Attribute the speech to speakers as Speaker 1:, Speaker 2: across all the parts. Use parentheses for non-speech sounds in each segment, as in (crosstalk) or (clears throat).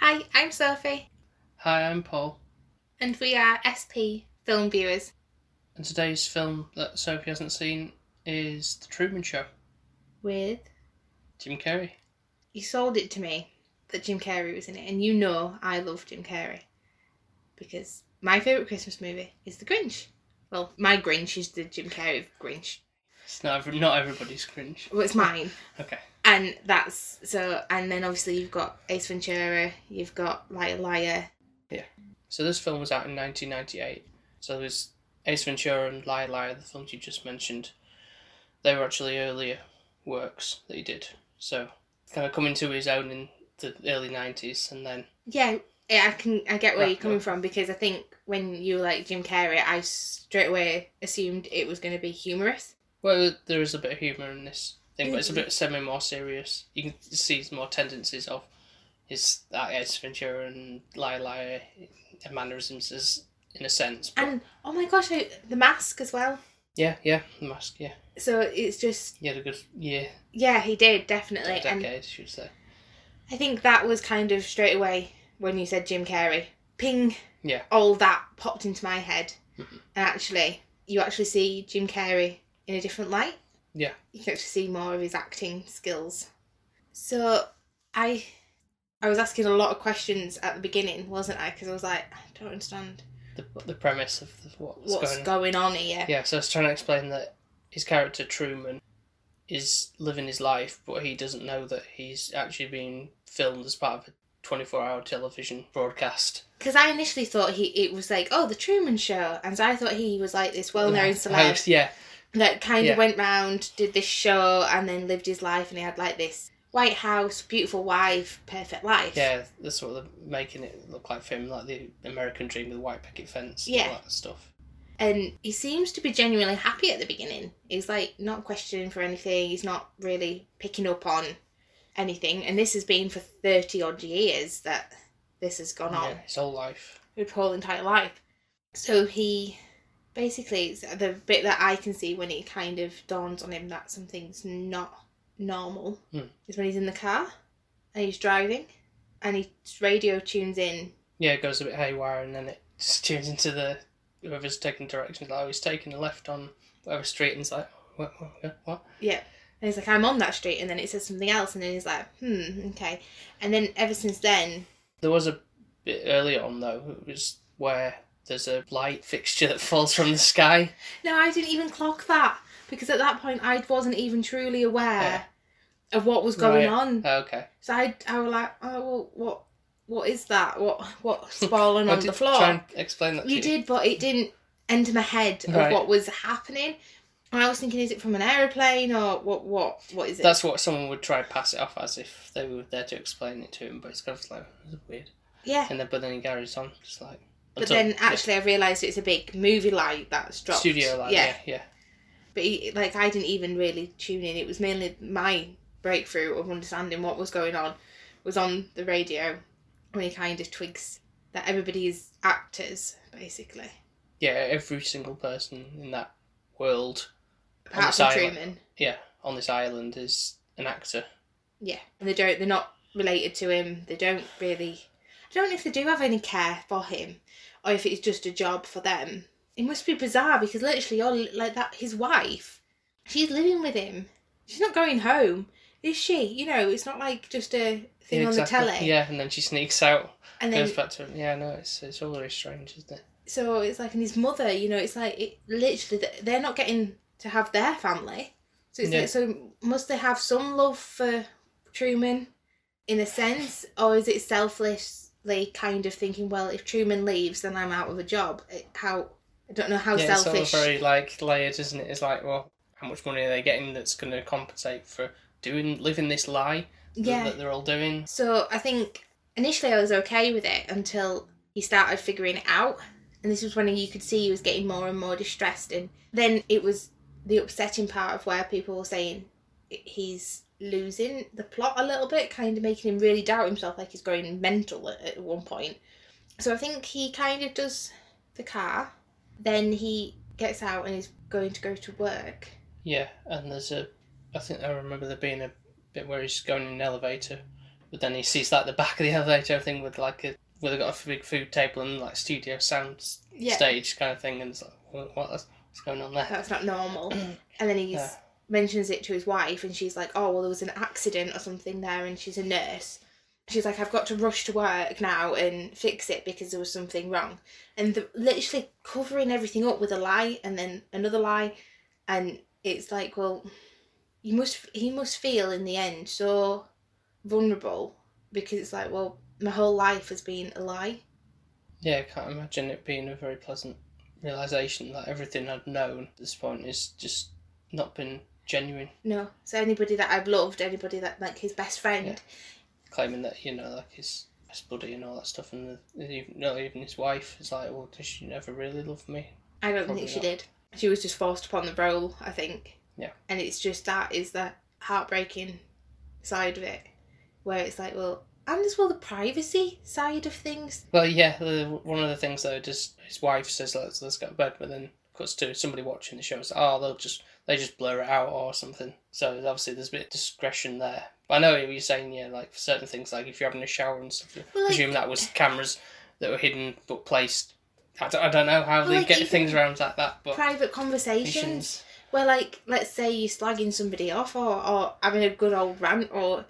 Speaker 1: Hi, I'm Sophie,
Speaker 2: Hi, I'm Paul,
Speaker 1: and we are SP Film Viewers.
Speaker 2: and today's film that Sophie hasn't seen is The Truman Show.
Speaker 1: With
Speaker 2: Jim Carrey.
Speaker 1: you sold it to me that Jim Carrey was in it, and you know I love Jim Carrey because my favourite Christmas movie is The Grinch. Well, my Grinch is the Jim Carrey Grinch.
Speaker 2: It's not every, not everybody's cringe.
Speaker 1: Well, it's mine,
Speaker 2: Okay.
Speaker 1: and that's so. And then obviously you've got Ace Ventura, you've got Liar Liar.
Speaker 2: So this film was out in 1998. So it was Ace Ventura and Liar Liar, the films you just mentioned. They were actually earlier works that he did. So kind of coming to his own in the early 90s, and then
Speaker 1: Yeah, yeah, I can. I get where
Speaker 2: Right,
Speaker 1: you're coming
Speaker 2: yeah.
Speaker 1: from because I think when you were like Jim Carrey, I straight away assumed it was going to be humorous.
Speaker 2: well, there is a bit of humour in this thing, but it's a
Speaker 1: Mhm.
Speaker 2: bit semi more serious. You can see his more tendencies of his uh, Ace Ventura and Liar Liar and mannerisms, is in a sense. But,
Speaker 1: And oh my gosh, I, the mask as well.
Speaker 2: yeah, yeah, the mask, yeah,
Speaker 1: So it's just
Speaker 2: he had a good year,
Speaker 1: yeah, he did definitely, and
Speaker 2: decade, should say.
Speaker 1: I think that was kind of straight away when you said Jim Carrey. Ping.
Speaker 2: Yeah.
Speaker 1: All that popped into my head,
Speaker 2: Mhm.
Speaker 1: and actually, you actually see Jim Carrey in a different light.
Speaker 2: Yeah.
Speaker 1: You can actually see more of his acting skills. So, I, I was asking a lot of questions at the beginning, wasn't I? Because I was like, I don't understand
Speaker 2: the, the premise of the, what's,
Speaker 1: what's
Speaker 2: going on.
Speaker 1: going on here.
Speaker 2: Yeah, so I was trying to explain that his character Truman is living his life, but he doesn't know that he's actually being filmed as part of a 24 hour television broadcast.
Speaker 1: Because I initially thought he it was like, oh, the Truman Show, and so I thought he was like this well-known celeb
Speaker 2: Host, yeah,
Speaker 1: that kind of
Speaker 2: yeah.
Speaker 1: went round, did this show, and then lived his life, and he had like this White House, beautiful wife, perfect life.
Speaker 2: yeah, that's what they're making it look like for him, like the American dream with the white picket fence and
Speaker 1: Yeah.
Speaker 2: all that stuff.
Speaker 1: And he seems to be genuinely happy at the beginning. He's like not questioning for anything. He's not really picking up on anything. And this has been for thirty odd years that this has gone on.
Speaker 2: Yeah, his whole life.
Speaker 1: his whole entire life. So he basically it's the bit that I can see when it kind of dawns on him that something's not normal
Speaker 2: Hmm.
Speaker 1: is when he's in the car and he's driving and he radio tunes in.
Speaker 2: Yeah, it goes a bit haywire and then it just (laughs) turns into the whoever's taking directions. Like, oh, he's taking a left on whatever street, and it's like, "Oh, what, what, what?
Speaker 1: Yeah. And he's like, I'm on that street and then it says something else and then he's like, hmm, okay. And then ever since then
Speaker 2: There was a bit earlier on though. It was where there's a light fixture that (laughs) falls from the sky.
Speaker 1: No, I didn't even clock that because at that point I wasn't even truly aware
Speaker 2: Yeah.
Speaker 1: of what was going
Speaker 2: Right.
Speaker 1: on.
Speaker 2: Oh, Okay.
Speaker 1: So I, I was like, oh, well, what, what is that? What, what's fallen
Speaker 2: (laughs) I
Speaker 1: on
Speaker 2: did
Speaker 1: the floor?
Speaker 2: Try and explain that. to
Speaker 1: you
Speaker 2: you
Speaker 1: did, but it didn't enter my head of
Speaker 2: Right.
Speaker 1: what was happening. And I was thinking, is it from an aeroplane or what? What, what is it?
Speaker 2: That's what someone would try and pass it off as if they were there to explain it to him, but it's kind of like it's weird.
Speaker 1: yeah.
Speaker 2: And then, but then he carries on, just like.
Speaker 1: But
Speaker 2: until-
Speaker 1: then actually, I realised it's a big movie light that's
Speaker 2: yeah,
Speaker 1: dropped.
Speaker 2: studio light. Yeah, yeah.
Speaker 1: But he, like, I didn't even really tune in. It was mainly my breakthrough of understanding what was going on was on the radio when he kind of twigs that everybody is actors, basically.
Speaker 2: yeah, Every single person in that world, On
Speaker 1: Apart
Speaker 2: this
Speaker 1: from
Speaker 2: island.
Speaker 1: Truman.
Speaker 2: yeah, on this island is an actor.
Speaker 1: Yeah, and they don't. They're not related to him. They don't really. I don't know if they do have any care for him, or if it's just a job for them. It must be bizarre because literally, you're like that. His wife, she's living with him. She's not going home, is she? You know, it's not like just a thing
Speaker 2: yeah,
Speaker 1: on
Speaker 2: exactly.
Speaker 1: the telly.
Speaker 2: Yeah, and then she sneaks out,
Speaker 1: And then
Speaker 2: goes back to him. Yeah, no, it's it's all very strange, isn't it?
Speaker 1: so it's like, and his mother. You know, it's like it literally. th- They're not getting to have their family. So it's
Speaker 2: Yeah.
Speaker 1: like, so must they have some love for Truman? in a sense, or is it selflessly kind of thinking, well, if Truman leaves, then I'm out of a job? It- How I don't know how
Speaker 2: yeah,
Speaker 1: selfish.
Speaker 2: it's all very like layered, isn't it? It's like, well, how much money are they getting that's going to compensate for doing living this lie that-
Speaker 1: yeah.
Speaker 2: that they're all doing?
Speaker 1: So I think initially I was okay with it until he started figuring it out, and this was when you could see he was getting more and more distressed. And then it was the upsetting part of where people were saying he's losing the plot a little bit, kind of making him really doubt himself, like he's going mental at, at one point. So I think he kind of does the car, then he gets out and is going to go to work.
Speaker 2: Yeah, and there's a, I think I remember there being a bit where he's going in an elevator, But then he sees like the back of the (laughs) elevator thing with like a where they got a big food table and like studio sound s-
Speaker 1: Yeah.
Speaker 2: stage kind of thing, and it's like what, what- what's going on there?
Speaker 1: That's not
Speaker 2: (clears throat)
Speaker 1: normal. and then he
Speaker 2: Yeah.
Speaker 1: mentions it to his wife, and she's like, "Oh, well, there was an accident or something there," and she's a nurse. She's like, "I've got to rush to work now and fix it because there was something wrong," and the, literally covering everything up with a lie and then another lie, and it's like, well, you must he must feel in the end so vulnerable because it's like, well, my whole life has been a lie.
Speaker 2: Yeah, I can't imagine it being a very pleasant realization that everything I'd known at this point is just not been genuine.
Speaker 1: No, so anybody that I've loved, anybody that like his best friend,
Speaker 2: Yeah. Claiming that you know, like his best buddy and all that stuff, and the, even, no, even his wife is like, well, does she never really love me?
Speaker 1: I don't
Speaker 2: Probably
Speaker 1: think she
Speaker 2: not.
Speaker 1: did. She was just forced upon the role, I think.
Speaker 2: Yeah.
Speaker 1: And it's just that is the heartbreaking side of it, where it's like, well, and as well the privacy side of things.
Speaker 2: Well, yeah, the, one of the things though, just his wife says let's let's go to bed, but then cuts to somebody watching the show. It's like, oh, they'll just they just blur it out or something. So there's obviously there's a bit of discretion there. But I know what you're saying, yeah, like for certain things, like if you're having a shower and stuff, you
Speaker 1: Well, like-
Speaker 2: presume that was cameras that were hidden but placed. I don't, I don't know how
Speaker 1: Well,
Speaker 2: they
Speaker 1: like,
Speaker 2: get
Speaker 1: even
Speaker 2: things around like that, but
Speaker 1: Private conversations,
Speaker 2: missions-
Speaker 1: where like, let's say you're slagging somebody off, or or having a good old rant, or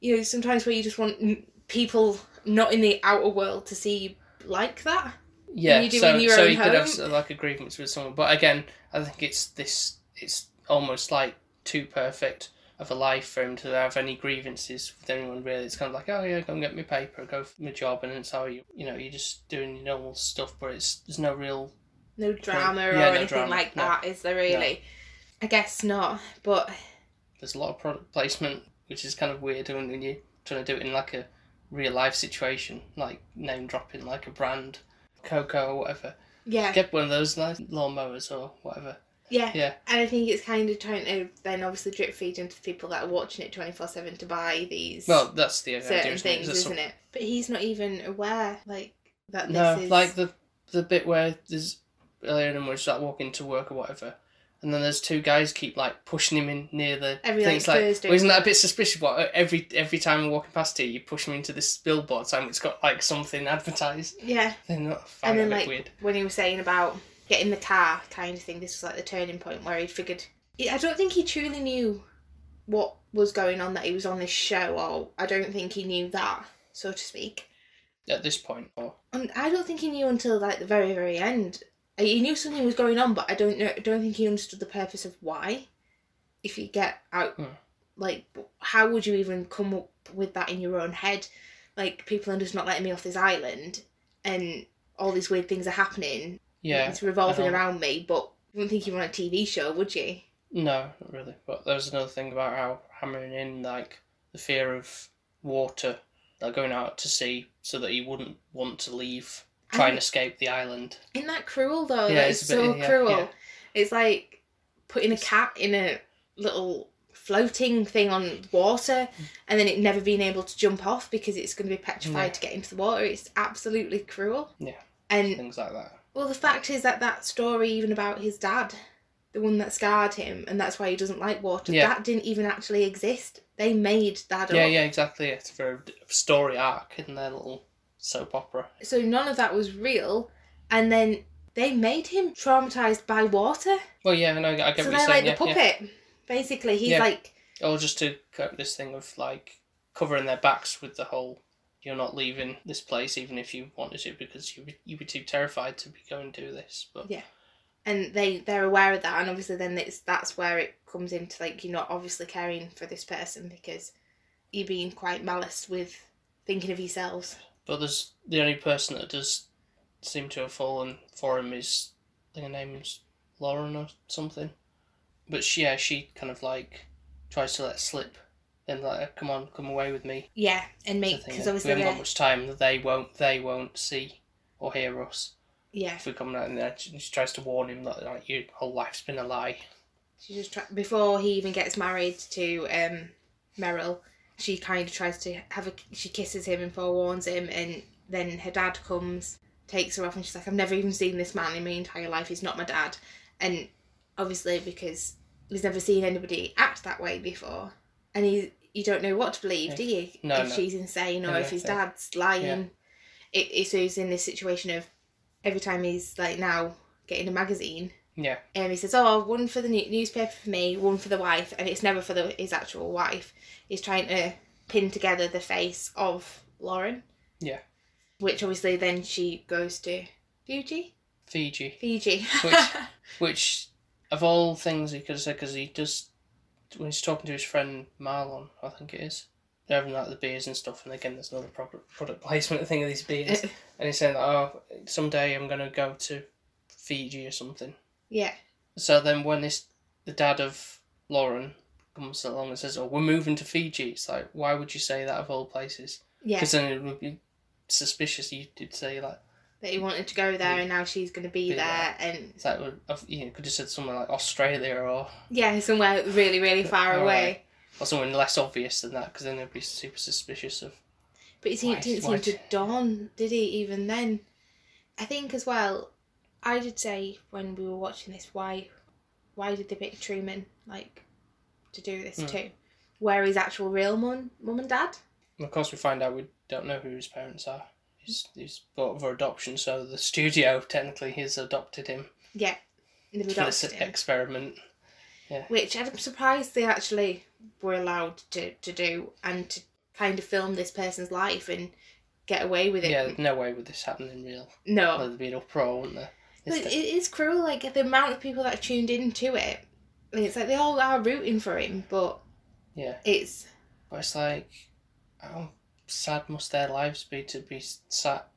Speaker 1: you know, sometimes where you just want n- people not in the outer world to see you like that.
Speaker 2: Yeah,
Speaker 1: you do
Speaker 2: so,
Speaker 1: in your
Speaker 2: so
Speaker 1: own
Speaker 2: you could have
Speaker 1: home.
Speaker 2: s- like agreements with someone, but again, I think it's this. It's almost like too perfect of a life for him to have any grievances with anyone. Really, it's kind of like, oh yeah, go and get me paper, go for my job, and it's how you, you know, you're just doing your normal stuff, but it's there's no real.
Speaker 1: No drama
Speaker 2: Yeah,
Speaker 1: or
Speaker 2: no
Speaker 1: anything
Speaker 2: drama,
Speaker 1: like
Speaker 2: no.
Speaker 1: that, is there really? I guess not, but
Speaker 2: There's a lot of product placement, which is kind of weird when when you're trying to do it in like a real life situation, like name dropping like a brand, Coco or whatever.
Speaker 1: yeah.
Speaker 2: Get one of those like lawnmowers or whatever.
Speaker 1: Yeah.
Speaker 2: Yeah.
Speaker 1: And I think it's kind of trying to then obviously drip feed into people that are watching it 24 7 to buy these
Speaker 2: Well, that's the idea.
Speaker 1: certain
Speaker 2: isn't it?
Speaker 1: things,
Speaker 2: There's some-
Speaker 1: isn't it? But he's not even aware, like, that this
Speaker 2: No,
Speaker 1: is.
Speaker 2: like the the bit where there's Elliot and Woods like walking to work or whatever, and then there's two guys keep like pushing him in near the
Speaker 1: Every,
Speaker 2: things
Speaker 1: like,
Speaker 2: like.
Speaker 1: Thursday.
Speaker 2: well, isn't that a bit suspicious? What uh, every every time I'm walking past here, you push me into this billboard sign that's got like something advertised. (laughs)
Speaker 1: Yeah.
Speaker 2: They're not.
Speaker 1: And
Speaker 2: and
Speaker 1: then,
Speaker 2: a bit
Speaker 1: like,
Speaker 2: weird.
Speaker 1: when he was saying about getting the car kind of thing, this was like the turning point where he'd figured. I don't think he truly knew what was going on that he was on this show, or I don't think he knew that, so to speak.
Speaker 2: At this point, or
Speaker 1: Um, I don't think he knew until like the very very end. Uh, He knew something was going on, but I don't know. Don't think he understood the purpose of why. If you get out,
Speaker 2: Hmm.
Speaker 1: like, how would you even come up with that in your own head? Like, people are just not letting me off this island, and all these weird things are happening.
Speaker 2: yeah,
Speaker 1: it's revolving
Speaker 2: I know.
Speaker 1: around me. But you wouldn't think you were on a TV show, would you?
Speaker 2: no, not really. But there was another thing about how hammering in like the fear of water, like going out to sea, so that he wouldn't want to leave, try and
Speaker 1: And
Speaker 2: escape the island.
Speaker 1: isn't that cruel though?
Speaker 2: Yeah,
Speaker 1: that
Speaker 2: it's
Speaker 1: is
Speaker 2: a bit-
Speaker 1: so
Speaker 2: yeah,
Speaker 1: cruel.
Speaker 2: yeah.
Speaker 1: It's like putting a cat in a little floating thing on water and then it never being able to jump off because it's going to be petrified
Speaker 2: Yeah.
Speaker 1: to get into the water. It's absolutely cruel.
Speaker 2: Yeah.
Speaker 1: And
Speaker 2: Things like that.
Speaker 1: well, the fact is that that story, even about his dad, the one that scarred him, and that's why he doesn't like water,
Speaker 2: Yeah.
Speaker 1: that didn't even actually exist. They made that
Speaker 2: Yeah,
Speaker 1: up.
Speaker 2: yeah, exactly. It's for a story arc in their little soap opera.
Speaker 1: So none of that was real. And then they made him traumatized by water.
Speaker 2: Well, yeah, I know. I get
Speaker 1: so
Speaker 2: what you're
Speaker 1: they're
Speaker 2: saying.
Speaker 1: like
Speaker 2: yeah,
Speaker 1: the puppet. Basically, he's
Speaker 2: Yeah.
Speaker 1: like,
Speaker 2: yeah. Or just to cope this thing of like covering their backs with the whole "you're not leaving this place even if you wanted to because you you were too terrified to be going to do this." But
Speaker 1: Yeah. and they they're aware of that, and obviously then it's that's where it comes into like you're not obviously caring for this person because you're being quite malice with thinking of yourselves.
Speaker 2: but there's the only person that does seem to have fallen for him is I think her name's Lauren or something. But she, yeah, she kind of like tries to let slip. Then like, come on, come away with me.
Speaker 1: Yeah, and
Speaker 2: I
Speaker 1: make
Speaker 2: think
Speaker 1: because
Speaker 2: that
Speaker 1: obviously
Speaker 2: we haven't got
Speaker 1: they're,
Speaker 2: much time. that They won't. They won't see or hear us
Speaker 1: yeah,
Speaker 2: if we come out. And then she she tries to warn him that like your whole life's been a lie.
Speaker 1: she just try- before he even gets married to um Meryl, she kind of tries to have a she kisses him and forewarns him, and then her dad comes, takes her off, and she's like, I've never even seen this man in my entire life. He's not my dad, and obviously because he's never seen anybody act that way before, and he you don't know what to believe, do you?
Speaker 2: No,
Speaker 1: if
Speaker 2: no.
Speaker 1: she's insane or
Speaker 2: No,
Speaker 1: if his
Speaker 2: yeah.
Speaker 1: dad's lying. It, it's so he's in this situation of every time he's like now getting a magazine,
Speaker 2: Yeah.
Speaker 1: um, he says, "Oh, one for the new- newspaper for me, one for the wife," and it's never for the his actual wife. He's trying to pin together the face of Lauren.
Speaker 2: Yeah.
Speaker 1: Which obviously then she goes to Fuji,
Speaker 2: Fiji.
Speaker 1: Fiji.
Speaker 2: Which- Which, of all things he could have said, because he does, when he's talking to his friend Marlon, I think it is, they're having like the beers and stuff, and again, there's another product, product placement thing of
Speaker 1: (laughs)
Speaker 2: these beers. and he's saying, that, oh, someday I'm going to go to Fiji or something.
Speaker 1: (laughs) yeah.
Speaker 2: So then when this the dad of Lauren comes along and says, "Oh, we're moving to Fiji," it's like, why would you say that of all places?
Speaker 1: Yeah.
Speaker 2: Because then it would be suspicious. You did say like,
Speaker 1: That he wanted to go there and now she's going to be
Speaker 2: Be
Speaker 1: there. And
Speaker 2: it's like well, I've- you know, could have said somewhere like Australia or
Speaker 1: yeah, somewhere really, really far
Speaker 2: Alright.
Speaker 1: away.
Speaker 2: or somewhere less obvious than that, because then they'd be super suspicious of.
Speaker 1: But he
Speaker 2: Why-
Speaker 1: didn't
Speaker 2: why-
Speaker 1: seem to dawn, did he, even then? I think as well, I did say when we were watching this, why why did they pick Truman, like, to do this
Speaker 2: Mm.
Speaker 1: too? Where his actual real mum, mum and dad?
Speaker 2: And of course, we find out we don't know who his parents are. He's he's bought for adoption, so the studio technically has adopted him
Speaker 1: Yeah. They've
Speaker 2: for this
Speaker 1: adopted him.
Speaker 2: experiment.
Speaker 1: Which I'm surprised they actually were allowed to, to do and to kind of film this person's life and get away with it.
Speaker 2: Yeah, no way would this happen in real.
Speaker 1: No.
Speaker 2: Well, there'd be an uproar, wouldn't there?
Speaker 1: Oh. But
Speaker 2: It's
Speaker 1: it is cruel, like the amount of people that are tuned into it. Like, it's like they all are rooting for him, but
Speaker 2: Yeah,
Speaker 1: it's
Speaker 2: but it's like, how sad must their lives be to be sat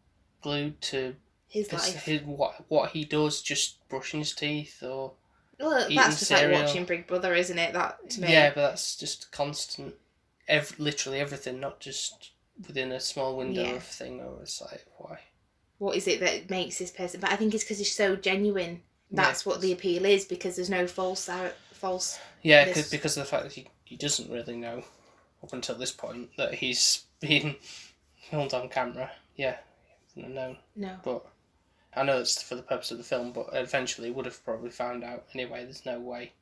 Speaker 2: glued to
Speaker 1: his
Speaker 2: his,
Speaker 1: life.
Speaker 2: his, what what he does, just brushing his teeth or
Speaker 1: Well,
Speaker 2: eating
Speaker 1: that's just
Speaker 2: cereal.
Speaker 1: like watching Big Brother, isn't it? That to me,
Speaker 2: yeah, but that's just constant. Ev- literally everything, not just within a small window
Speaker 1: Yeah.
Speaker 2: of thing. Or it's like why?
Speaker 1: what is it that makes this person? But I think it's because he's so genuine. That's what the appeal is because there's no false, false.
Speaker 2: Yeah,
Speaker 1: This-
Speaker 2: 'cause- because of the fact that he, he doesn't really know up until this point that he's been (laughs) filmed on camera. Yeah, he hasn't known.
Speaker 1: No,
Speaker 2: but I know it's for the purpose of the film, but eventually he would have probably found out anyway. There's no way he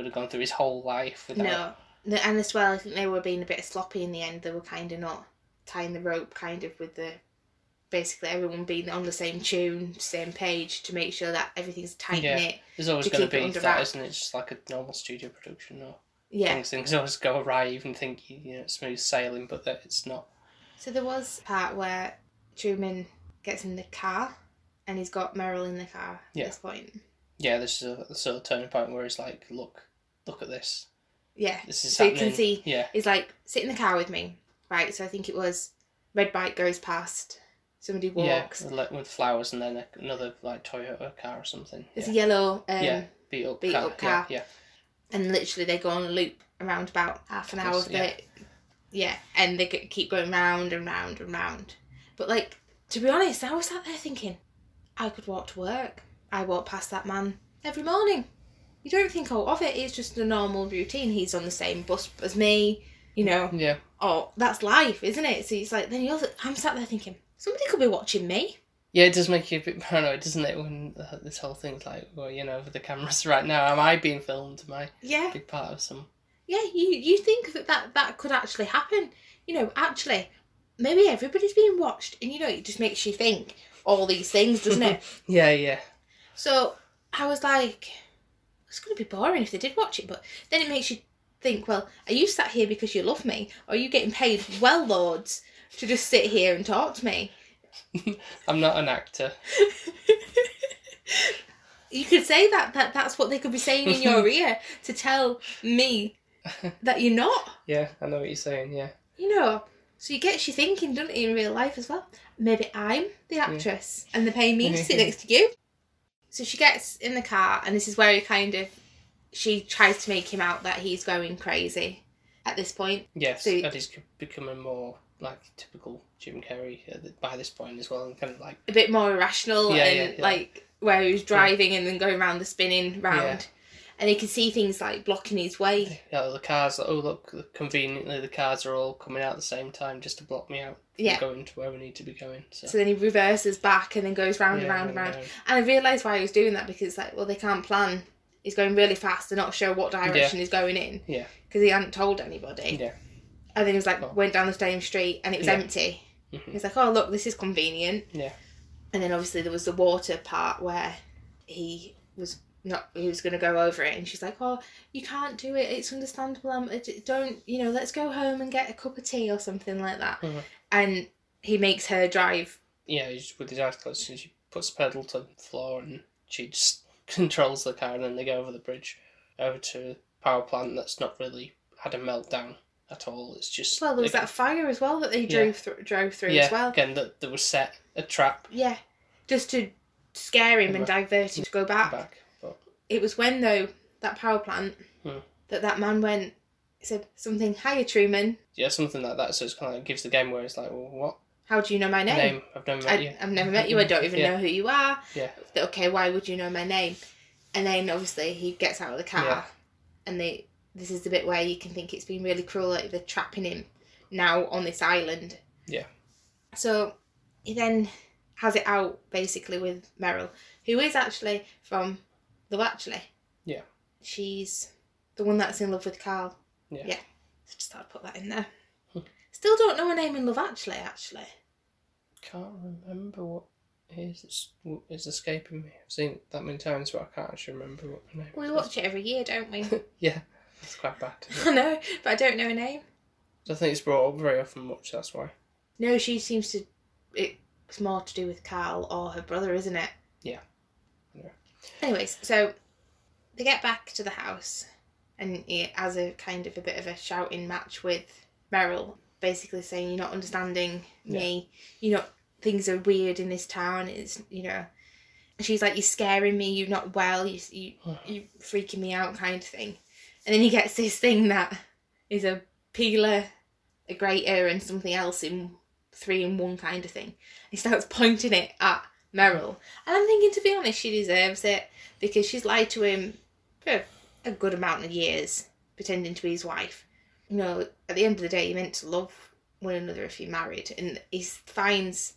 Speaker 2: would have gone through his whole life without.
Speaker 1: no, No, and as well, I think they were being a bit sloppy in the end. They were kind of not tying the rope, kind of with the basically everyone being on the same tune, same page to make sure that everything's tight
Speaker 2: Yeah.
Speaker 1: knit.
Speaker 2: There's always
Speaker 1: to
Speaker 2: going
Speaker 1: keep
Speaker 2: to
Speaker 1: it
Speaker 2: be
Speaker 1: under
Speaker 2: that,
Speaker 1: wraps.
Speaker 2: not it? Just like a normal studio production, or
Speaker 1: Yeah.
Speaker 2: things things always go awry. You even think you, you know it's smooth sailing, but that it's not.
Speaker 1: So there was a part where Truman gets in the car and he's got Merrill in the car
Speaker 2: Yeah.
Speaker 1: at this point.
Speaker 2: Yeah, this is a sort of turning point where he's like, look, look at this.
Speaker 1: Yeah.
Speaker 2: This is
Speaker 1: So you
Speaker 2: happening.
Speaker 1: can see-
Speaker 2: Yeah,
Speaker 1: He's like, sit in the car with me. Right. So I think it was red bike goes past, somebody walks.
Speaker 2: yeah, with, like, with flowers and then a- another like Toyota car or something.
Speaker 1: There's
Speaker 2: yeah.
Speaker 1: a yellow um,
Speaker 2: yeah, beat up
Speaker 1: beat
Speaker 2: car.
Speaker 1: up
Speaker 2: yeah,
Speaker 1: car.
Speaker 2: yeah,
Speaker 1: and literally they go on a loop around about half an hour
Speaker 2: Yes,
Speaker 1: of the yeah, and they g- keep going round and round and round. But like to be honest, I was sat there thinking, I could walk to work. I walk past that man every morning. You don't think all of it. It's just a normal routine. He's on the same bus as me, you know.
Speaker 2: yeah.
Speaker 1: Oh, that's life, isn't it? So it's like then you're. I'm sat there thinking somebody could be watching me.
Speaker 2: Yeah, it does make you a bit paranoid, doesn't it? When uh, this whole thing's like, well, you know, with the cameras (laughs) right now, am I being filmed? Am I
Speaker 1: Yeah.
Speaker 2: a big part of some?
Speaker 1: yeah, you you think that, that that could actually happen. You know, actually, maybe everybody's being watched, and you know, it just makes you think all these things, doesn't it?
Speaker 2: Yeah, yeah,
Speaker 1: So I was like, it's going to be boring if they did watch it, but then it makes you think, well, are you sat here because you love me, or are you getting paid well lords to just sit here and talk to me?
Speaker 2: I'm not an actor.
Speaker 1: You could say that that that's what they could be saying in your ear to tell me that you're not.
Speaker 2: Yeah, I know what you're saying. Yeah,
Speaker 1: you know. So you gets you thinking, doesn't it, in real life as well? Maybe I'm the actress and they're paying me to sit next to you. So she gets in the car, and this is where he kind of she tries to make him out that he's going crazy at this point.
Speaker 2: yes,
Speaker 1: So-
Speaker 2: that is becoming more like typical Jim Carrey at the- by this point as well, and kind of like,
Speaker 1: A bit more irrational
Speaker 2: Yeah,
Speaker 1: and
Speaker 2: yeah, yeah.
Speaker 1: like where he was driving and then going round the spinning round.
Speaker 2: Yeah.
Speaker 1: And he can see things like blocking his way.
Speaker 2: you know, the cars. Oh look, conveniently the cars are all coming out at the same time just to block me out. from
Speaker 1: Yeah.
Speaker 2: going to where we need to be going. So,
Speaker 1: So then he reverses back and then goes round
Speaker 2: Yeah,
Speaker 1: and round and
Speaker 2: round
Speaker 1: round.
Speaker 2: and
Speaker 1: And I realised why he was doing that because, like, well, they can't plan. He's going really fast. They're not sure what direction he's going in.
Speaker 2: Yeah.
Speaker 1: Because he hadn't told anybody.
Speaker 2: Yeah.
Speaker 1: I think it was like
Speaker 2: Oh.
Speaker 1: went down the same street and it was
Speaker 2: Yeah.
Speaker 1: empty.
Speaker 2: Mhm.
Speaker 1: He's like, oh look, this is convenient.
Speaker 2: Yeah.
Speaker 1: And then obviously there was the water part where he was not he was going to go over it, and she's like, oh, you can't do it. It's understandable. Um, it- don't you know? Let's go home and get a cup of tea or something like that.
Speaker 2: Mhm.
Speaker 1: And he makes her drive.
Speaker 2: yeah, he's with his eyes closed, and she puts the pedal to the floor, and she just (laughs) controls the car, and then they go over the bridge, over to a power plant that's not really had a meltdown at all. It's just
Speaker 1: Well, there was that fire as well that they
Speaker 2: Yeah.
Speaker 1: drove through drove through
Speaker 2: yeah,
Speaker 1: as well.
Speaker 2: again that that was set a trap
Speaker 1: Yeah, just to scare him and divert him to go back.
Speaker 2: back, but
Speaker 1: It was when though that power plant
Speaker 2: Hmm.
Speaker 1: that that man went said something. Hiya, Truman.
Speaker 2: yeah, something like that. So it's kind of gives the game where it's like, well, what
Speaker 1: How do you know my name?
Speaker 2: name? I've never met you.
Speaker 1: I, I've never met you. I don't even
Speaker 2: Yeah.
Speaker 1: know who you are.
Speaker 2: Yeah.
Speaker 1: Okay, why would you know my name? And then obviously he gets out of the car,
Speaker 2: Yeah.
Speaker 1: and they this is the bit where you can think it's been really cruel, like they're trapping him now on this island.
Speaker 2: Yeah.
Speaker 1: So he then has it out basically with Meryl, who is actually from the Watchley.
Speaker 2: Yeah.
Speaker 1: She's the one that's in love with Carl.
Speaker 2: Yeah. Hmm.
Speaker 1: Yeah. So just thought I'd put that in there. Still don't know her name in Love Actually. Actually.
Speaker 2: Can't remember what it is it's, what is escaping me. I've seen it that many times, but I can't actually remember what the name.
Speaker 1: We
Speaker 2: is.
Speaker 1: watch it every year, don't we? (laughs)
Speaker 2: Yeah, it's quite bad. isn't it?
Speaker 1: I know, but I don't know her name.
Speaker 2: I think it's brought up very often much, that's why.
Speaker 1: No, she seems to. It's more to do with Carl or her brother, isn't it?
Speaker 2: Yeah. Yeah.
Speaker 1: Anyways, so they get back to the house, and he has a kind of a bit of a shouting match with Meryl, basically saying, "You're not understanding me. You're not. Things are weird in this town. It's you know." And She's like, "You're scaring me. You're not well. You you
Speaker 2: (sighs)
Speaker 1: you freaking me out," kind of thing. And then he gets this thing that is a peeler, a grater, and something else in three in one kind of thing. He starts (laughs) pointing it at Meryl. And I'm thinking, to be honest, she deserves it because she's lied to him for a good amount of years, pretending to be his wife. You know, at the end of the day, you're meant to love one another if you're married. And he finds,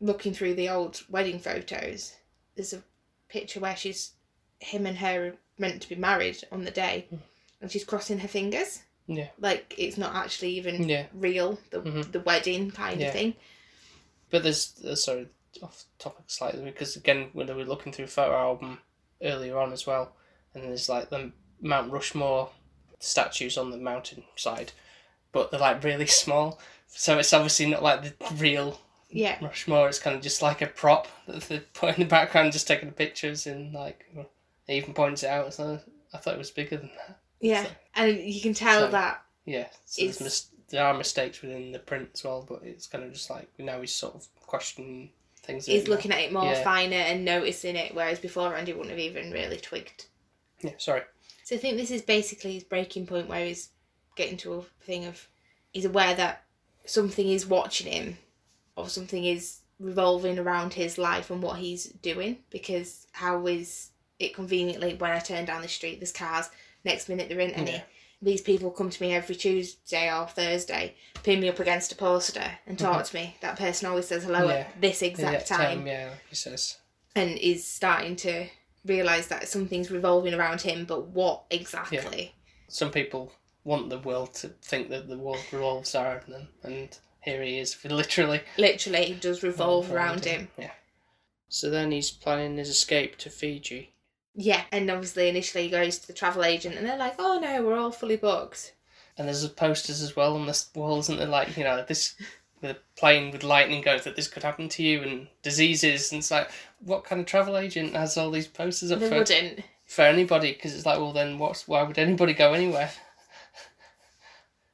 Speaker 1: looking through the old wedding photos, there's a picture where she's, him and her are meant to be married on the day, and she's crossing her fingers.
Speaker 2: Yeah.
Speaker 1: Like it's not actually even
Speaker 2: Yeah.
Speaker 1: real, the,
Speaker 2: Mhm.
Speaker 1: the wedding kind
Speaker 2: Yeah.
Speaker 1: of thing.
Speaker 2: But there's, uh, sorry, off topic slightly, because again, when we were looking through photo album earlier on as well, and there's like the Mount Rushmore statues on the mountain side, but they're like really (laughs) small. So it's obviously not like the real
Speaker 1: Yeah.
Speaker 2: Rushmore, it's kind of just like a prop that they put in the background, just taking the pictures, and like, they even points it out. So I thought it was bigger than that.
Speaker 1: Yeah,
Speaker 2: So-
Speaker 1: and you can tell
Speaker 2: So-
Speaker 1: that.
Speaker 2: Yeah, so there's
Speaker 1: It's-
Speaker 2: mis- there are mistakes within the print as well, but it's kind of just like now he's sort of questioning things. a
Speaker 1: He's
Speaker 2: bit more.
Speaker 1: looking at it more
Speaker 2: Yeah.
Speaker 1: finer and noticing it, whereas before Andy wouldn't have even really twigged.
Speaker 2: Yeah, sorry.
Speaker 1: So I think this is basically his breaking point where he's getting to a thing of he's aware that something is watching him or something is revolving around his life and what he's doing because how is it conveniently when I turn down the street there's cars next minute there isn't any
Speaker 2: Yeah.
Speaker 1: these people come to me every Tuesday or Thursday pin me up against a poster and talk to me that person always says hello
Speaker 2: Mm-hmm. Yeah.
Speaker 1: at this exact
Speaker 2: Yeah,
Speaker 1: time
Speaker 2: Yeah, like he says.
Speaker 1: and is starting to realize that something's revolving around him but what exactly
Speaker 2: Some people want the world to think that the world revolves around them, and here he is (laughs) literally
Speaker 1: literally it does revolve around him
Speaker 2: Yeah. So then he's planning his escape to Fiji.
Speaker 1: yeah and obviously initially he goes to the travel agent and they're like oh no we're all fully booked
Speaker 2: And there's posters as well on the wall, isn't there? Like, you know, this the plane with lightning goes that this could happen to you and diseases. And it's like, what kind of travel agent has all these posters up
Speaker 1: they
Speaker 2: for,
Speaker 1: wouldn't
Speaker 2: for anybody? Because it's like, well, then what's why would anybody go anywhere?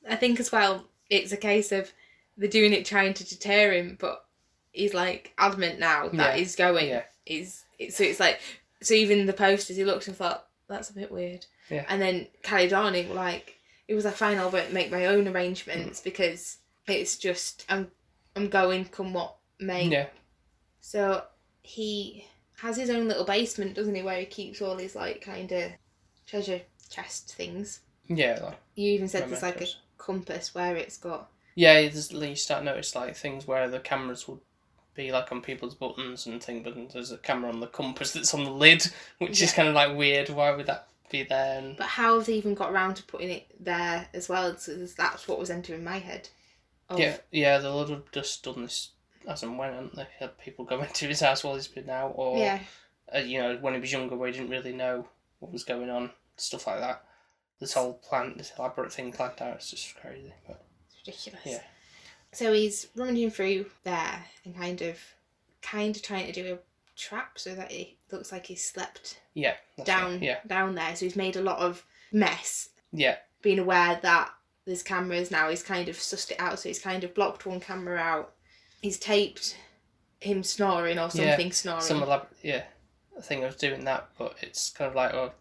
Speaker 1: i think as well it's a case of they're doing it trying to deter him but he's like adamant now that
Speaker 2: Yeah.
Speaker 1: he's going
Speaker 2: Yeah.
Speaker 1: is it, so it's like so even the posters he looked and thought that's a bit weird
Speaker 2: Yeah.
Speaker 1: and then carried on it like it was like fine I'll make my own arrangements because it's just I'm I'm going come what may
Speaker 2: Yeah.
Speaker 1: so he has his own little basement doesn't he where he keeps all his like kind of treasure chest things
Speaker 2: Yeah. Like,
Speaker 1: you even said there's like a
Speaker 2: mementos.
Speaker 1: compass where it's got
Speaker 2: yeah, there's, you start to notice like things where the cameras would be like on people's buttons and things, but there's a camera on the compass that's on the lid, (laughs) which is
Speaker 1: Yeah.
Speaker 2: kind of like weird. Why would that be there. And
Speaker 1: But how have they even got round to putting it there as well? So this- that's what was entering my head. Of,
Speaker 2: yeah, yeah, the Lord have just done this as and when, haven't they? Had people (laughs) go into his house while he's been out, or
Speaker 1: Yeah.
Speaker 2: uh, you know, when he was younger, where he didn't really know what was going on, stuff like that. This whole plan, this elaborate thing planned out, it's just crazy. But
Speaker 1: It's ridiculous.
Speaker 2: Yeah.
Speaker 1: So he's rummaging through there and kind of, kind of trying to do a trap so that it looks like he's slept
Speaker 2: yeah, that's it,
Speaker 1: down,
Speaker 2: yeah,
Speaker 1: down there. So he's made a lot of mess.
Speaker 2: yeah,
Speaker 1: Being aware that there's cameras now, he's kind of sussed it out. So he's kind of blocked one camera out. He's taped him snoring or
Speaker 2: Yeah,
Speaker 1: something snoring.
Speaker 2: some elaborate, yeah, I think I was doing that, but it's kind of like oh,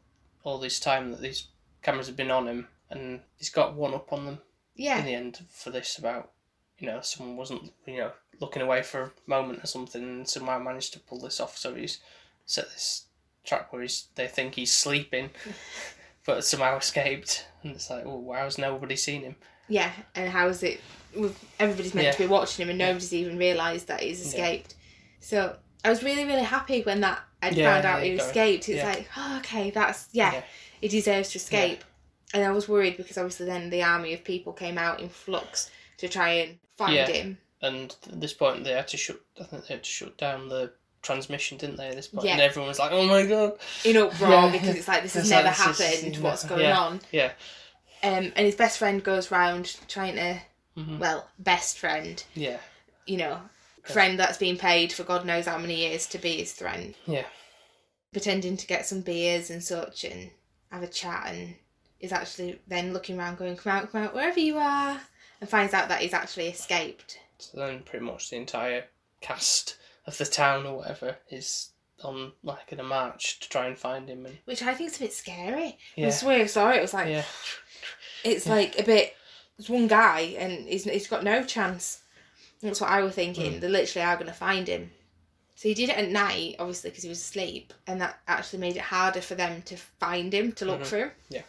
Speaker 2: all this time that these cameras have been on him, and he's got one up on them in
Speaker 1: yeah.
Speaker 2: the end for this about you know someone wasn't you know looking away for a moment or something, and somehow managed to pull this off. So he's set this trap where he's they think
Speaker 1: (laughs)
Speaker 2: he's sleeping, but somehow escaped, and it's like, oh, why has nobody seen him?
Speaker 1: Yeah. And how is it? with- Everybody's meant to be watching him and
Speaker 2: Yeah.
Speaker 1: nobody's even realised that he's
Speaker 2: Yeah.
Speaker 1: escaped. So I was really, really happy when that I
Speaker 2: Yeah,
Speaker 1: found out
Speaker 2: there
Speaker 1: he
Speaker 2: you go.
Speaker 1: escaped. It's
Speaker 2: Yeah.
Speaker 1: like, oh, okay, that's, yeah,
Speaker 2: Yeah.
Speaker 1: he deserves to escape. And I was worried because obviously then the army of people came out in flux to try and find
Speaker 2: Yeah.
Speaker 1: him.
Speaker 2: And at this point, they had to shut. I think they had to shut down the transmission, didn't they? At this point,
Speaker 1: Yeah.
Speaker 2: and everyone was like, oh my god,
Speaker 1: in uproar
Speaker 2: Yeah.
Speaker 1: because it's like this has
Speaker 2: It's like,
Speaker 1: never
Speaker 2: this is-
Speaker 1: happened. What's going
Speaker 2: yeah,
Speaker 1: on?
Speaker 2: yeah.
Speaker 1: Um, and his best friend goes round trying to,
Speaker 2: Mhm.
Speaker 1: well, best friend,
Speaker 2: yeah,
Speaker 1: you know,
Speaker 2: Yes.
Speaker 1: friend that's been paid for God knows how many years to be his friend,
Speaker 2: yeah.
Speaker 1: pretending to get some beers and such and have a chat, and is actually then looking around, going, "Come out, come out, wherever you are," and finds out that he's actually escaped.
Speaker 2: So then, pretty much the entire cast of the town or whatever is on like in a march to try and find him, and
Speaker 1: Which I think is a bit scary.
Speaker 2: yeah,
Speaker 1: I swear, I saw it. It was like
Speaker 2: yeah.
Speaker 1: It's
Speaker 2: Yeah.
Speaker 1: like a bit. There's one guy, and he's he's got no chance. That's what I was thinking.
Speaker 2: Mm.
Speaker 1: They literally are going to find him. So he did it at night, obviously, because he was asleep, and that actually made it harder for them to find him to look
Speaker 2: Mhm.
Speaker 1: for him.
Speaker 2: Yeah.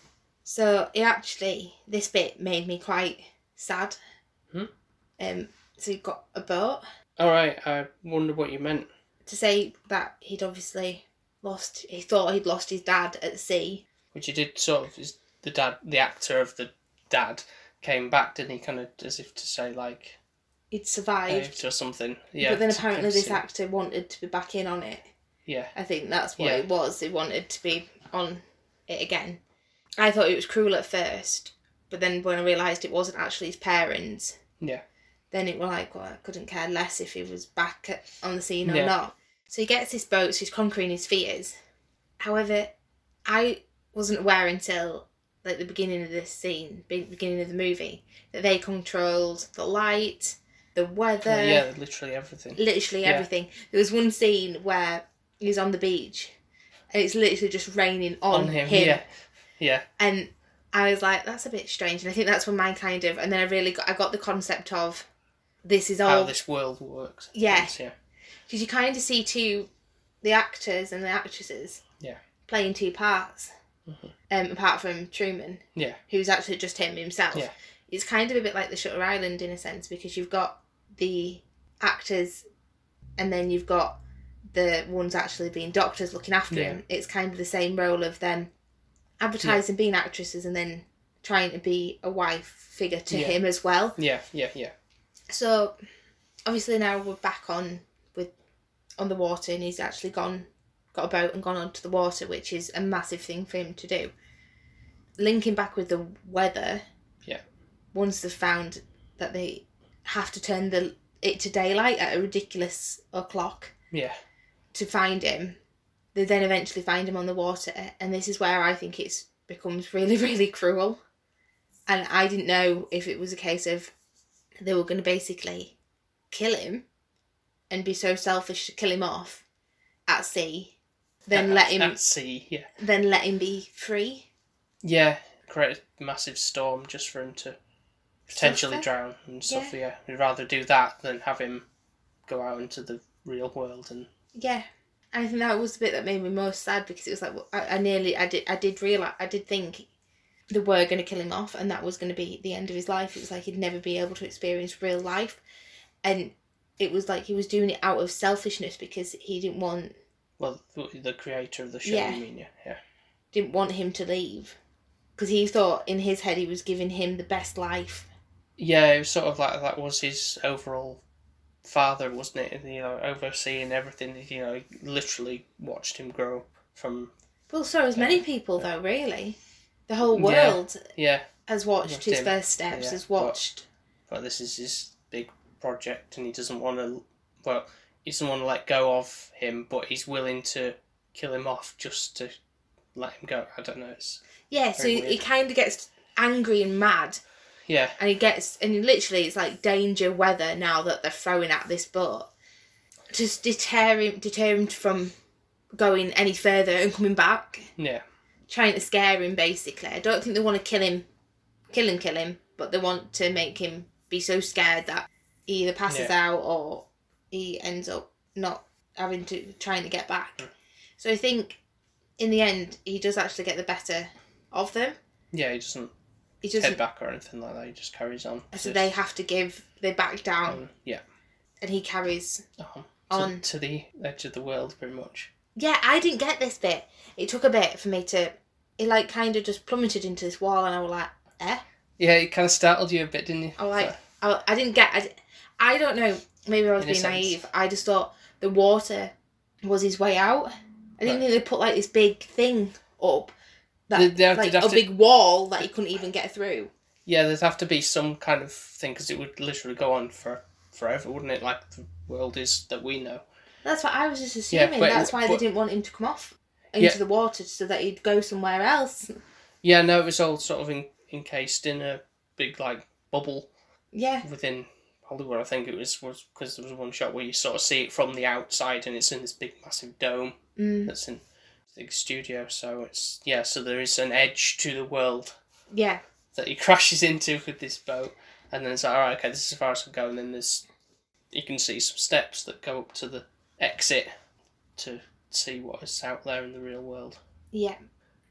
Speaker 1: So it actually, this bit made me quite sad.
Speaker 2: Mhm.
Speaker 1: Um. So he got a boat
Speaker 2: All right, I wonder what you meant.
Speaker 1: to say that he'd obviously lost. He thought he'd lost his dad at sea.
Speaker 2: Which he did sort of is the dad, the actor of the dad, came back, didn't he? Kind of as if to say like
Speaker 1: He'd survived,
Speaker 2: saved or something. Oh, Yeah.
Speaker 1: but then
Speaker 2: to
Speaker 1: apparently this
Speaker 2: see-
Speaker 1: actor wanted to be back in on it.
Speaker 2: Yeah,
Speaker 1: I think that's what
Speaker 2: Yeah.
Speaker 1: it was. They wanted to be on it again. I thought it was cruel at first, but then when I realised it wasn't actually his parents,
Speaker 2: yeah,
Speaker 1: then it was like, well, I couldn't care less if he was back at, on the scene or
Speaker 2: Yeah.
Speaker 1: not. So he gets this boat, so he's conquering his fears. However, I wasn't aware until like the beginning of this scene, be- beginning of the movie, that they controlled the light, the weather,
Speaker 2: yeah. Literally everything.
Speaker 1: literally
Speaker 2: Yeah.
Speaker 1: everything. There was one scene where he's on the beach and it's literally just raining on, him,
Speaker 2: Yeah, yeah,
Speaker 1: and I was like, that's a bit strange. And I think that's when my kind of and then I really got I got the concept of this is
Speaker 2: how
Speaker 1: all
Speaker 2: this world works.
Speaker 1: Yeah.
Speaker 2: yeah,
Speaker 1: because you kind of see two the actors and the actresses
Speaker 2: Yeah. Mm-hmm.
Speaker 1: playing two parts. Um, apart from Truman,
Speaker 2: yeah,
Speaker 1: who's actually just him himself,
Speaker 2: Yeah.
Speaker 1: it's kind of a bit like the Shutter Island in a sense because you've got the actors, and then you've got the ones actually being doctors looking after
Speaker 2: Yeah.
Speaker 1: him. It's kind of the same role of them advertising being actresses and then trying to be a wife figure to
Speaker 2: Yeah.
Speaker 1: him as well.
Speaker 2: yeah, yeah, yeah.
Speaker 1: So obviously now we're back on with on the water and he's actually gone got a boat and gone onto the water, which is a massive thing for him to do. Linking back with the weather,
Speaker 2: Yeah.
Speaker 1: Once they've found that they have to turn the it to daylight at a ridiculous o'clock
Speaker 2: yeah.
Speaker 1: to find him, they then eventually find him on the water, and this is where I think it's becomes really, (laughs) really cruel. And I didn't know if it was a case of they were going to basically kill him and be so selfish to kill him off at sea, then
Speaker 2: At-
Speaker 1: let him
Speaker 2: at sea. Yeah,
Speaker 1: then let him be free.
Speaker 2: yeah. Create a massive storm just for him to potentially
Speaker 1: Suffer.
Speaker 2: drown and suffer. Yeah, we'd rather do that than have him go out into the real world and
Speaker 1: Yeah, I think that was the bit that made me most sad because it was like well, I, I nearly I did I did realize I did think they were going to kill him off and that was going to be the end of his life. It was like he'd never be able to experience real life, and it was like he was doing it out of selfishness because he didn't want
Speaker 2: Well, the the creator of the show,
Speaker 1: Yeah.
Speaker 2: you mean, yeah. yeah.
Speaker 1: didn't want him to leave because he thought in his head he was giving him the best life.
Speaker 2: Yeah, it was sort of like that was his overall father, wasn't it? You know, overseeing everything. You know, he literally watched him grow from.
Speaker 1: Well, so has many people though, really. The whole
Speaker 2: Yeah.
Speaker 1: world
Speaker 2: Yeah,
Speaker 1: has watched
Speaker 2: Loved
Speaker 1: his
Speaker 2: him.
Speaker 1: first steps,
Speaker 2: Yeah,
Speaker 1: has
Speaker 2: but-
Speaker 1: watched.
Speaker 2: but this is his big project, and he doesn't want to. Well, he doesn't want to let go of him, but he's willing to kill him off just to let him go. I don't know. It's
Speaker 1: Yeah, so
Speaker 2: Very
Speaker 1: he,
Speaker 2: weird.
Speaker 1: he kind of gets angry and mad,
Speaker 2: yeah,
Speaker 1: and he gets and he literally it's like danger weather now that they're throwing at this boat, just deter him, deter him from going any further and coming back,
Speaker 2: yeah,
Speaker 1: trying to scare him basically. I don't think they want to kill him, kill him, kill him, but they want to make him be so scared that he either passes out or he ends up not having to trying to get back. So I think in the end he does actually get the better of them.
Speaker 2: yeah. He doesn't
Speaker 1: He
Speaker 2: head
Speaker 1: doesn't.
Speaker 2: back or anything like that. He just carries on.
Speaker 1: So
Speaker 2: Just,
Speaker 1: they have to give. They back down,
Speaker 2: um, yeah,
Speaker 1: and he carries.
Speaker 2: on,
Speaker 1: On.
Speaker 2: to, to the edge of the world, pretty much.
Speaker 1: Yeah, I didn't get this bit. It took a bit for me to. It like kind of just plummeted into this wall, and I was like, eh.
Speaker 2: Yeah, it kind of startled you a bit, didn't you?
Speaker 1: I was like, I, I didn't get. I, di- I don't know. Maybe I was
Speaker 2: In a
Speaker 1: being
Speaker 2: sense.
Speaker 1: naive. I just thought the water was his way out. I didn't
Speaker 2: Right.
Speaker 1: think they put like this big thing up, that
Speaker 2: They'd- they'd have to-
Speaker 1: like
Speaker 2: they'd
Speaker 1: a
Speaker 2: have to-
Speaker 1: big wall that he couldn't even get through.
Speaker 2: Yeah, there'd have to be some kind of thing because it would literally go on for forever, wouldn't it? Like the world is that we know.
Speaker 1: That's what I was just
Speaker 2: Yeah,
Speaker 1: assuming.
Speaker 2: but-
Speaker 1: That's why they
Speaker 2: but-
Speaker 1: didn't want him to come off into
Speaker 2: Yeah.
Speaker 1: the water so that he'd go somewhere else.
Speaker 2: Yeah, no, it was all sort of in, encased in a big like bubble
Speaker 1: Yeah.
Speaker 2: within Hollywood. I think it was was because there was one shot where you sort of see it from the outside, and it's in this big massive dome
Speaker 1: Mm.
Speaker 2: that's in the big studio. So it's yeah, so there is an edge to the world
Speaker 1: Yeah,
Speaker 2: that he (laughs) crashes into with this boat, and then it's like, all right, okay, this is as far as I can go, and then there's you can see some steps that go up to the exit to see what is out there in the real world.
Speaker 1: yeah.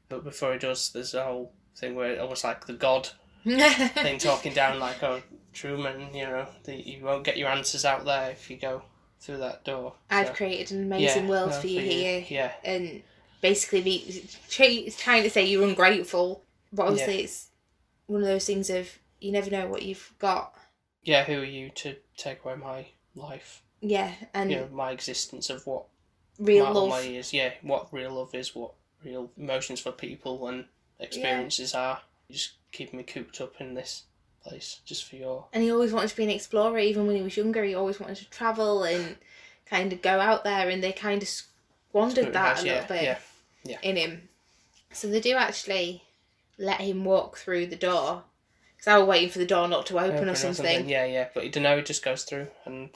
Speaker 2: But before he does, there's a whole thing where it almost like the god
Speaker 1: yeah,
Speaker 2: thing talking down, like, oh, Truman, you know, the, you won't get your answers out there if you go through that door.
Speaker 1: I've
Speaker 2: So,
Speaker 1: created an
Speaker 2: yeah,
Speaker 1: amazing world
Speaker 2: no,
Speaker 1: for you here,
Speaker 2: Yeah,
Speaker 1: and basically, the, tra- trying to say you're ungrateful, but obviously, it's one of those things of you never know what you've got.
Speaker 2: yeah, who are you to take away my life?
Speaker 1: Yeah, and
Speaker 2: You know, my existence of what
Speaker 1: real
Speaker 2: my,
Speaker 1: love.
Speaker 2: my ears, yeah, what real love is, what real emotions for people and experiences are. You just keep me cooped up in this place just for your.
Speaker 1: And he always wanted to be an explorer, even when he was younger. He always wanted to travel and kind of go out there, and they kind of squandered
Speaker 2: spirit
Speaker 1: that
Speaker 2: house,
Speaker 1: a
Speaker 2: yeah,
Speaker 1: little bit
Speaker 2: Yeah,
Speaker 1: in him. So they do actually let him walk through the door. Because I was waiting for the door not to open or something.
Speaker 2: Yeah, yeah, but you don't know, it just goes through and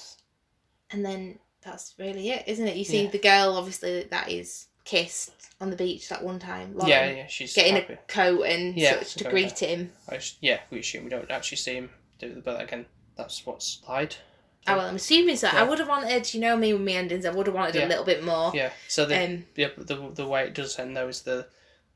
Speaker 1: and then that's really it, isn't it? You see
Speaker 2: Yeah.
Speaker 1: the girl, obviously, that is kissed on the beach that one time. Lauren,
Speaker 2: yeah, yeah, she's
Speaker 1: Getting
Speaker 2: happy.
Speaker 1: a coat and
Speaker 2: Yeah,
Speaker 1: such to
Speaker 2: going
Speaker 1: greet him.
Speaker 2: I s- yeah, we assume we don't actually see him do the but again, that's what's lied.
Speaker 1: Oh, well, I'm assuming so. I
Speaker 2: Yeah.
Speaker 1: would have wanted, you know me with my endings, I would have wanted a
Speaker 2: Yeah.
Speaker 1: little bit more.
Speaker 2: Yeah. So the
Speaker 1: Um,
Speaker 2: yeah, but the the way it does end though is the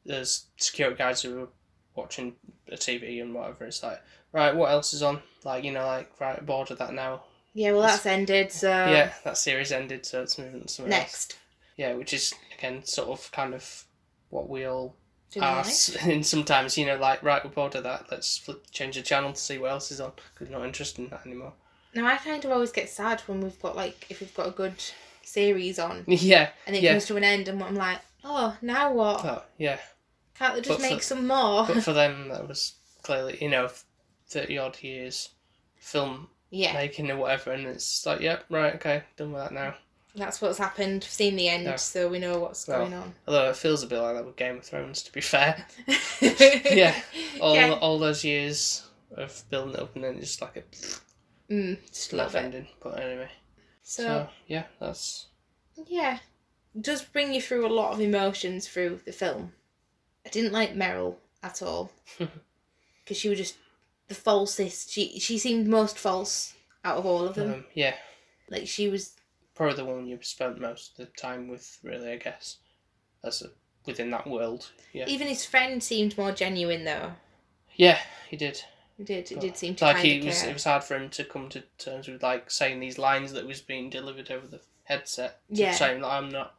Speaker 2: there's security guys who are watching the TV and whatever. It's like right, what else is on? Like you know, like right, bored of that now.
Speaker 1: yeah, well, that's ended, so
Speaker 2: yeah, that series ended, so it's moving on to something else.
Speaker 1: Oh. next.
Speaker 2: Yeah, which is again sort of kind of what we all
Speaker 1: Do
Speaker 2: are,
Speaker 1: we
Speaker 2: Ah, s- (laughs) and sometimes you know, like right, we're bored of that. Let's flip, change the channel to see what else is on. Cause we're not interested in that anymore. (laughs)
Speaker 1: like? Now, I kind of always get sad when we've got, like, if we've got a good series on
Speaker 2: yeah.
Speaker 1: and it
Speaker 2: Yeah.
Speaker 1: comes to an end, and I'm like, oh, now what?
Speaker 2: Oh, yeah.
Speaker 1: Can't they just
Speaker 2: but for-
Speaker 1: make some more?
Speaker 2: but for them that was clearly you know 30 odd years film
Speaker 1: (laughs) yeah,
Speaker 2: making or whatever and it's like yep right okay done with that now
Speaker 1: that's what's happened. We've seen the end,
Speaker 2: No.
Speaker 1: so we know what's
Speaker 2: Well,
Speaker 1: going on.
Speaker 2: although it feels a bit like that with game of thrones to be fair
Speaker 1: yeah. (laughs)
Speaker 2: all,
Speaker 1: Yeah.
Speaker 2: all those years of building it up and then just like a
Speaker 1: Mm, just love
Speaker 2: love
Speaker 1: it. Oh.
Speaker 2: ending but anyway
Speaker 1: So,
Speaker 2: so, yeah that's
Speaker 1: yeah, It does bring you through a lot of emotions through the film. I didn't like Meryl at
Speaker 2: (laughs)
Speaker 1: all because she was just the falsest. She she seemed most false out of all of them.
Speaker 2: um, yeah
Speaker 1: Like she was
Speaker 2: probably the one you've spent most of the time with really I guess as a, within that world yeah
Speaker 1: even his friend seemed more genuine though.
Speaker 2: yeah he did
Speaker 1: He did it
Speaker 2: But,
Speaker 1: did seem to
Speaker 2: like
Speaker 1: kind
Speaker 2: he
Speaker 1: of
Speaker 2: was
Speaker 1: care.
Speaker 2: it was hard for him to come to terms with like saying these lines that was being delivered over the headset
Speaker 1: Yeah.
Speaker 2: yeah saying that i'm not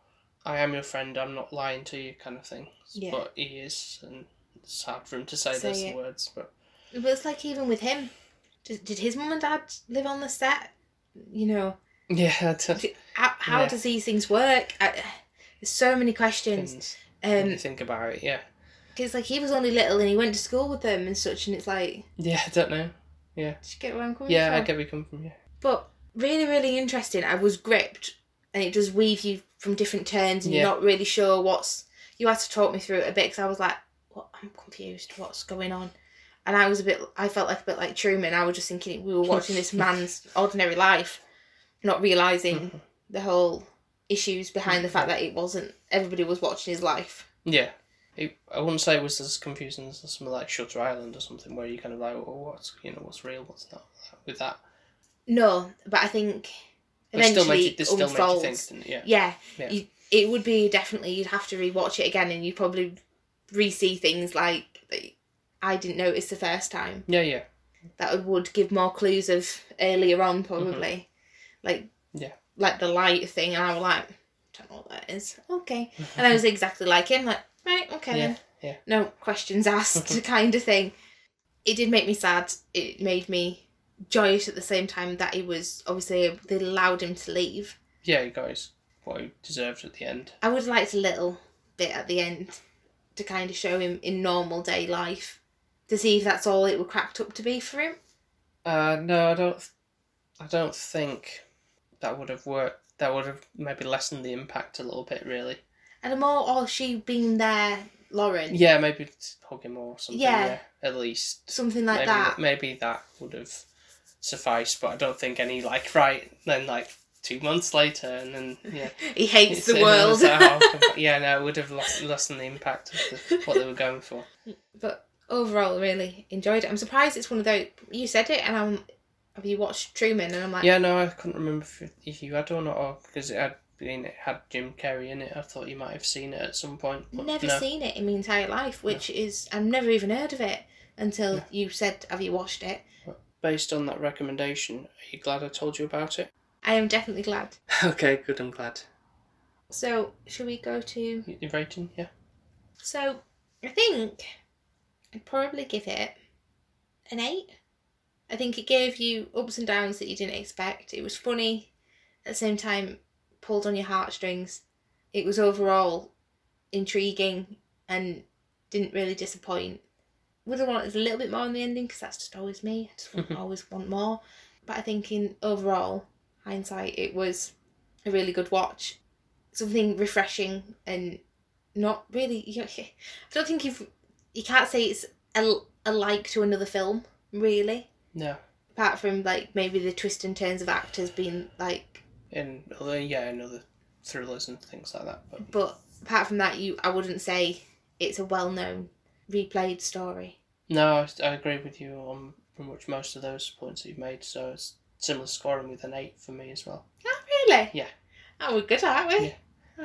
Speaker 2: I am your friend, I'm not lying to you kind of thing.
Speaker 1: Yeah.
Speaker 2: But he is, and it's hard for him to say
Speaker 1: Say
Speaker 2: those
Speaker 1: it.
Speaker 2: words. But
Speaker 1: But it's like even with him, did, did his mum and dad live on the set? You know,
Speaker 2: yeah, I don't
Speaker 1: d- how, how
Speaker 2: Yeah.
Speaker 1: does these things work? I, there's so many questions.
Speaker 2: things when you
Speaker 1: Um,
Speaker 2: think about it. Yeah,
Speaker 1: because like he was only little and he went to school with them and such, and it's like,
Speaker 2: yeah, I don't know.
Speaker 1: do you get where I'm coming
Speaker 2: Yeah,
Speaker 1: from?
Speaker 2: I get where you come from. Yeah,
Speaker 1: But really, really interesting. I was gripped, and it does weave you from different turns, and
Speaker 2: Yeah.
Speaker 1: you're not really sure what's. You had to talk me through it a bit because I was like, "What? I'm confused. What's going on?" And I was a bit. I felt like a bit like Truman. I was just thinking we were watching
Speaker 2: (laughs)
Speaker 1: this man's ordinary life, not realizing
Speaker 2: Mhm.
Speaker 1: the whole issues behind the
Speaker 2: Mm.
Speaker 1: fact that it wasn't. Everybody was watching his life.
Speaker 2: yeah. It, I wouldn't say it was as confusing as something like Shutter Island or something where you kind of like, well, what's you know what's real, what's not with that.
Speaker 1: No, but I think
Speaker 2: But it
Speaker 1: eventually
Speaker 2: still made you, this still made you
Speaker 1: unfolds.
Speaker 2: think, didn't it? Yeah.
Speaker 1: yeah,
Speaker 2: Yeah.
Speaker 1: You, it would be definitely you'd have to rewatch it again and you'd probably re-see things like that i didn't notice the first time
Speaker 2: Yeah, yeah,
Speaker 1: that would give more clues of earlier on probably like
Speaker 2: Mm-hmm. Yeah.
Speaker 1: like the light thing and i was like don't know what that is okay and
Speaker 2: (laughs)
Speaker 1: i was exactly like him like right okay
Speaker 2: Yeah,
Speaker 1: then
Speaker 2: yeah.
Speaker 1: no questions asked kind of thing it did make me sad it made me joyous at the same time that he was obviously they allowed him to leave
Speaker 2: yeah. You guys, what he deserved at the end.
Speaker 1: I would have liked a little bit at the end to kind of show him in normal day life to see if that's all it were cracked up to be for him.
Speaker 2: Uh, no, I don't. th- I don't think that would have worked. That would have maybe lessened the impact a little bit, really.
Speaker 1: And the more or she being there, Lauren,
Speaker 2: Yeah, maybe t- hug him or something. Yeah,
Speaker 1: Yeah.
Speaker 2: at least
Speaker 1: something like
Speaker 2: maybe
Speaker 1: that.
Speaker 2: maybe that would have sufficed. But I don't think any like right then like two months later and then yeah,
Speaker 1: He hates
Speaker 2: so
Speaker 1: the
Speaker 2: it
Speaker 1: world.
Speaker 2: was like, oh, come back. yeah, no, it would have lost, lessened the impact of the, what they were going for.
Speaker 1: but (laughs) overall, really enjoyed it. I'm surprised it's one of those. You said it, and I'm. Have you watched Truman? And I'm like,
Speaker 2: Yeah, no, I couldn't remember if, if you had one or because it had been it had Jim Carrey in it. I thought you might have seen it at some point. but
Speaker 1: never
Speaker 2: no.
Speaker 1: seen it in my entire life, which is I've never even heard of it until you said, "Have you watched it?"
Speaker 2: Based on that recommendation, are you glad I told you about it? (laughs)
Speaker 1: I am definitely glad.
Speaker 2: okay, good. I'm glad.
Speaker 1: So, shall we go to
Speaker 2: Y- Your rating, yeah.
Speaker 1: So I think I'd probably give it an eight. I think it gave you ups and downs that you didn't expect. It was funny, at the same time, pulled on your heartstrings. It was overall intriguing and didn't really disappoint. Would have wanted a little bit more in the ending because that's just always me. I just want, always want more. But I think in overall hindsight, it was a really good watch. Something refreshing and not really. You, (laughs) I don't think you've. You can't say it's a, a like to another film, really.
Speaker 2: No,
Speaker 1: Apart from like maybe the twist and turns of actors being like,
Speaker 2: in although, yeah, and other thrillers and things like that. But
Speaker 1: but apart from that, you I wouldn't say it's a well known replayed story.
Speaker 2: no, I, s- I agree with you on pretty much most of those points that you've made. So it's similar scoring with an eight for me as well.
Speaker 1: Oh really?
Speaker 2: Yeah.
Speaker 1: Oh, we're good, aren't we?
Speaker 2: Yeah.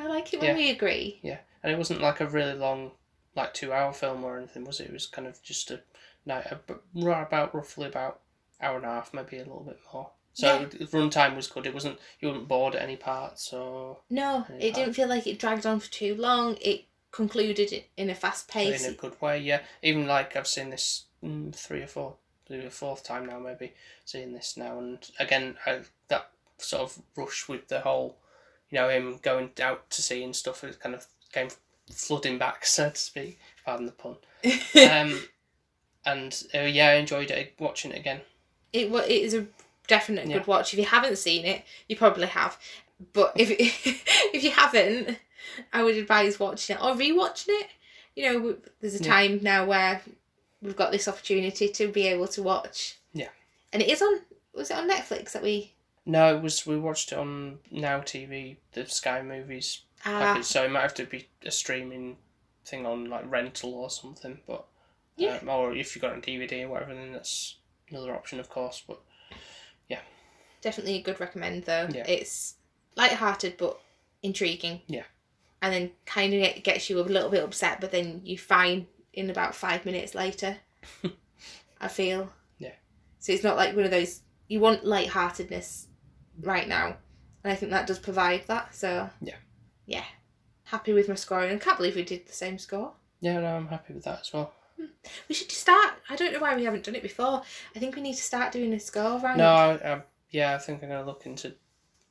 Speaker 1: I like it when
Speaker 2: Yeah.
Speaker 1: we agree.
Speaker 2: And it wasn't like a really long, like two hour film or anything, was it? It was kind of just a night, about roughly about hour and a half, maybe a little bit more. So
Speaker 1: Yeah.
Speaker 2: the runtime was good. It wasn't you weren't bored at any part. So
Speaker 1: No,
Speaker 2: Very
Speaker 1: it didn't
Speaker 2: fast.
Speaker 1: feel like it dragged on for too long. It concluded i- in a fast pace.
Speaker 2: in a good way. Yeah, even like I've seen this mm, three or four, three or fourth time now, maybe seeing this now, and again I, that sort of rush with the whole, you know, him going out to sea and stuff. It kind of came flooding back, (laughs) so to speak. Pardon the pun. (laughs) Um, and uh, yeah, I enjoyed it watching it again.
Speaker 1: it wa- it is a definite
Speaker 2: Yeah.
Speaker 1: good watch. If you haven't seen it, you probably have. But if (laughs) if you haven't, I would advise watching it or rewatching it. You know, w- there's a
Speaker 2: Yeah.
Speaker 1: time now where we've got this opportunity to be able to watch.
Speaker 2: Yeah.
Speaker 1: And it is on. Was it on Netflix that we?
Speaker 2: No, it was we watched it on Now TV, the Sky Movies
Speaker 1: Uh,
Speaker 2: package, so it might have to be a streaming thing on like rental or something. But
Speaker 1: Yeah.
Speaker 2: um, or if you got it on DVD or whatever, then that's another option, of course. But
Speaker 1: definitely a good recommend though.
Speaker 2: Yeah.
Speaker 1: It's light-hearted but intriguing.
Speaker 2: Yeah.
Speaker 1: And then kind of gets you a little bit upset, but then you find in about five minutes
Speaker 2: (laughs)
Speaker 1: later. I feel.
Speaker 2: Yeah.
Speaker 1: So it's not like one of those. You want light-heartedness right now, and I think that does provide that. So.
Speaker 2: Yeah.
Speaker 1: Yeah. happy with my scoring. I can't believe we did the same score.
Speaker 2: Yeah, no, I'm happy with that as well.
Speaker 1: We should just start. I don't know why we haven't done it before. I think we need to start doing a score round.
Speaker 2: No, I, I, yeah, I think I'm gonna look into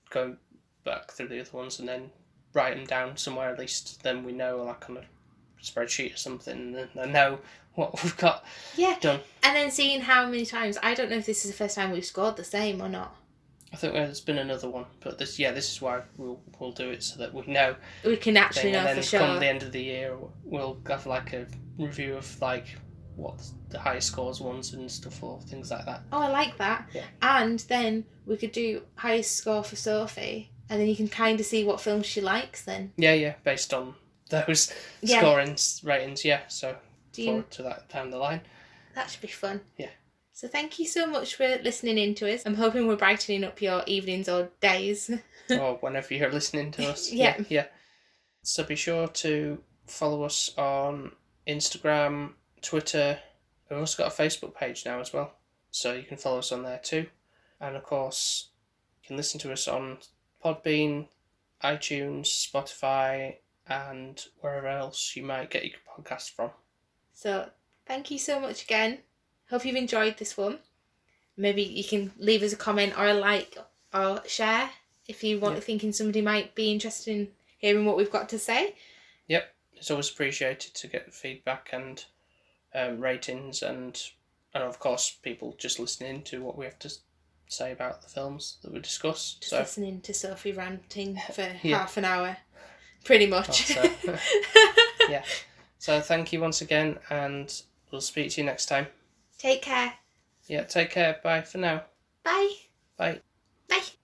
Speaker 2: go back through the other ones and then write them down somewhere at least. Then we know, like on a spreadsheet or something, and then I know what (laughs) we've got
Speaker 1: Yeah.
Speaker 2: done.
Speaker 1: And then seeing how many times. I don't know if this is the first time we've scored the same or not.
Speaker 2: I think there's been another one, but this yeah, this is why we'll we'll do it so that we know.
Speaker 1: We can actually
Speaker 2: Thing, and
Speaker 1: know for
Speaker 2: then
Speaker 1: sure.
Speaker 2: come the end of the year, we'll have like a review of like what the highest scores ones and stuff or things like that.
Speaker 1: Oh, I like that.
Speaker 2: Yeah.
Speaker 1: And then we could do highest score for Sophie, and then you can kind of see what films she likes. Then
Speaker 2: Yeah, yeah, based on those
Speaker 1: Yeah.
Speaker 2: scoring s- ratings. Yeah, so
Speaker 1: do you,
Speaker 2: forward to that down the line.
Speaker 1: that should be fun.
Speaker 2: Yeah.
Speaker 1: So thank you so much for listening in to us. I'm hoping we're brightening up your evenings or days.
Speaker 2: or whenever you're listening to us.
Speaker 1: Yeah.
Speaker 2: yeah. yeah. So be sure to follow us on Instagram, Twitter. We've also got a Facebook page now as well. So you can follow us on there too. And of course, you can listen to us on Podbean, iTunes, Spotify, and wherever else you might get your podcast from.
Speaker 1: So thank you so much again. Hope you've enjoyed this one. Maybe you can leave us a comment or a like or share if you want
Speaker 2: Yeah.
Speaker 1: thinking somebody might be interested in hearing what we've got to say.
Speaker 2: It's always appreciated to get feedback and um, ratings and and of course people just listening to what we have to s- say about the films that we discuss.
Speaker 1: Just
Speaker 2: So, uh,
Speaker 1: listening to Sophie ranting for
Speaker 2: (laughs) Yeah.
Speaker 1: half an hour. Pretty
Speaker 2: oh,
Speaker 1: much.
Speaker 2: so yeah. So thank you once again, and we'll speak to you next time.
Speaker 1: (laughs) Take care.
Speaker 2: Yeah, take care. Bye for now.
Speaker 1: Bye.
Speaker 2: Bye.
Speaker 1: Bye.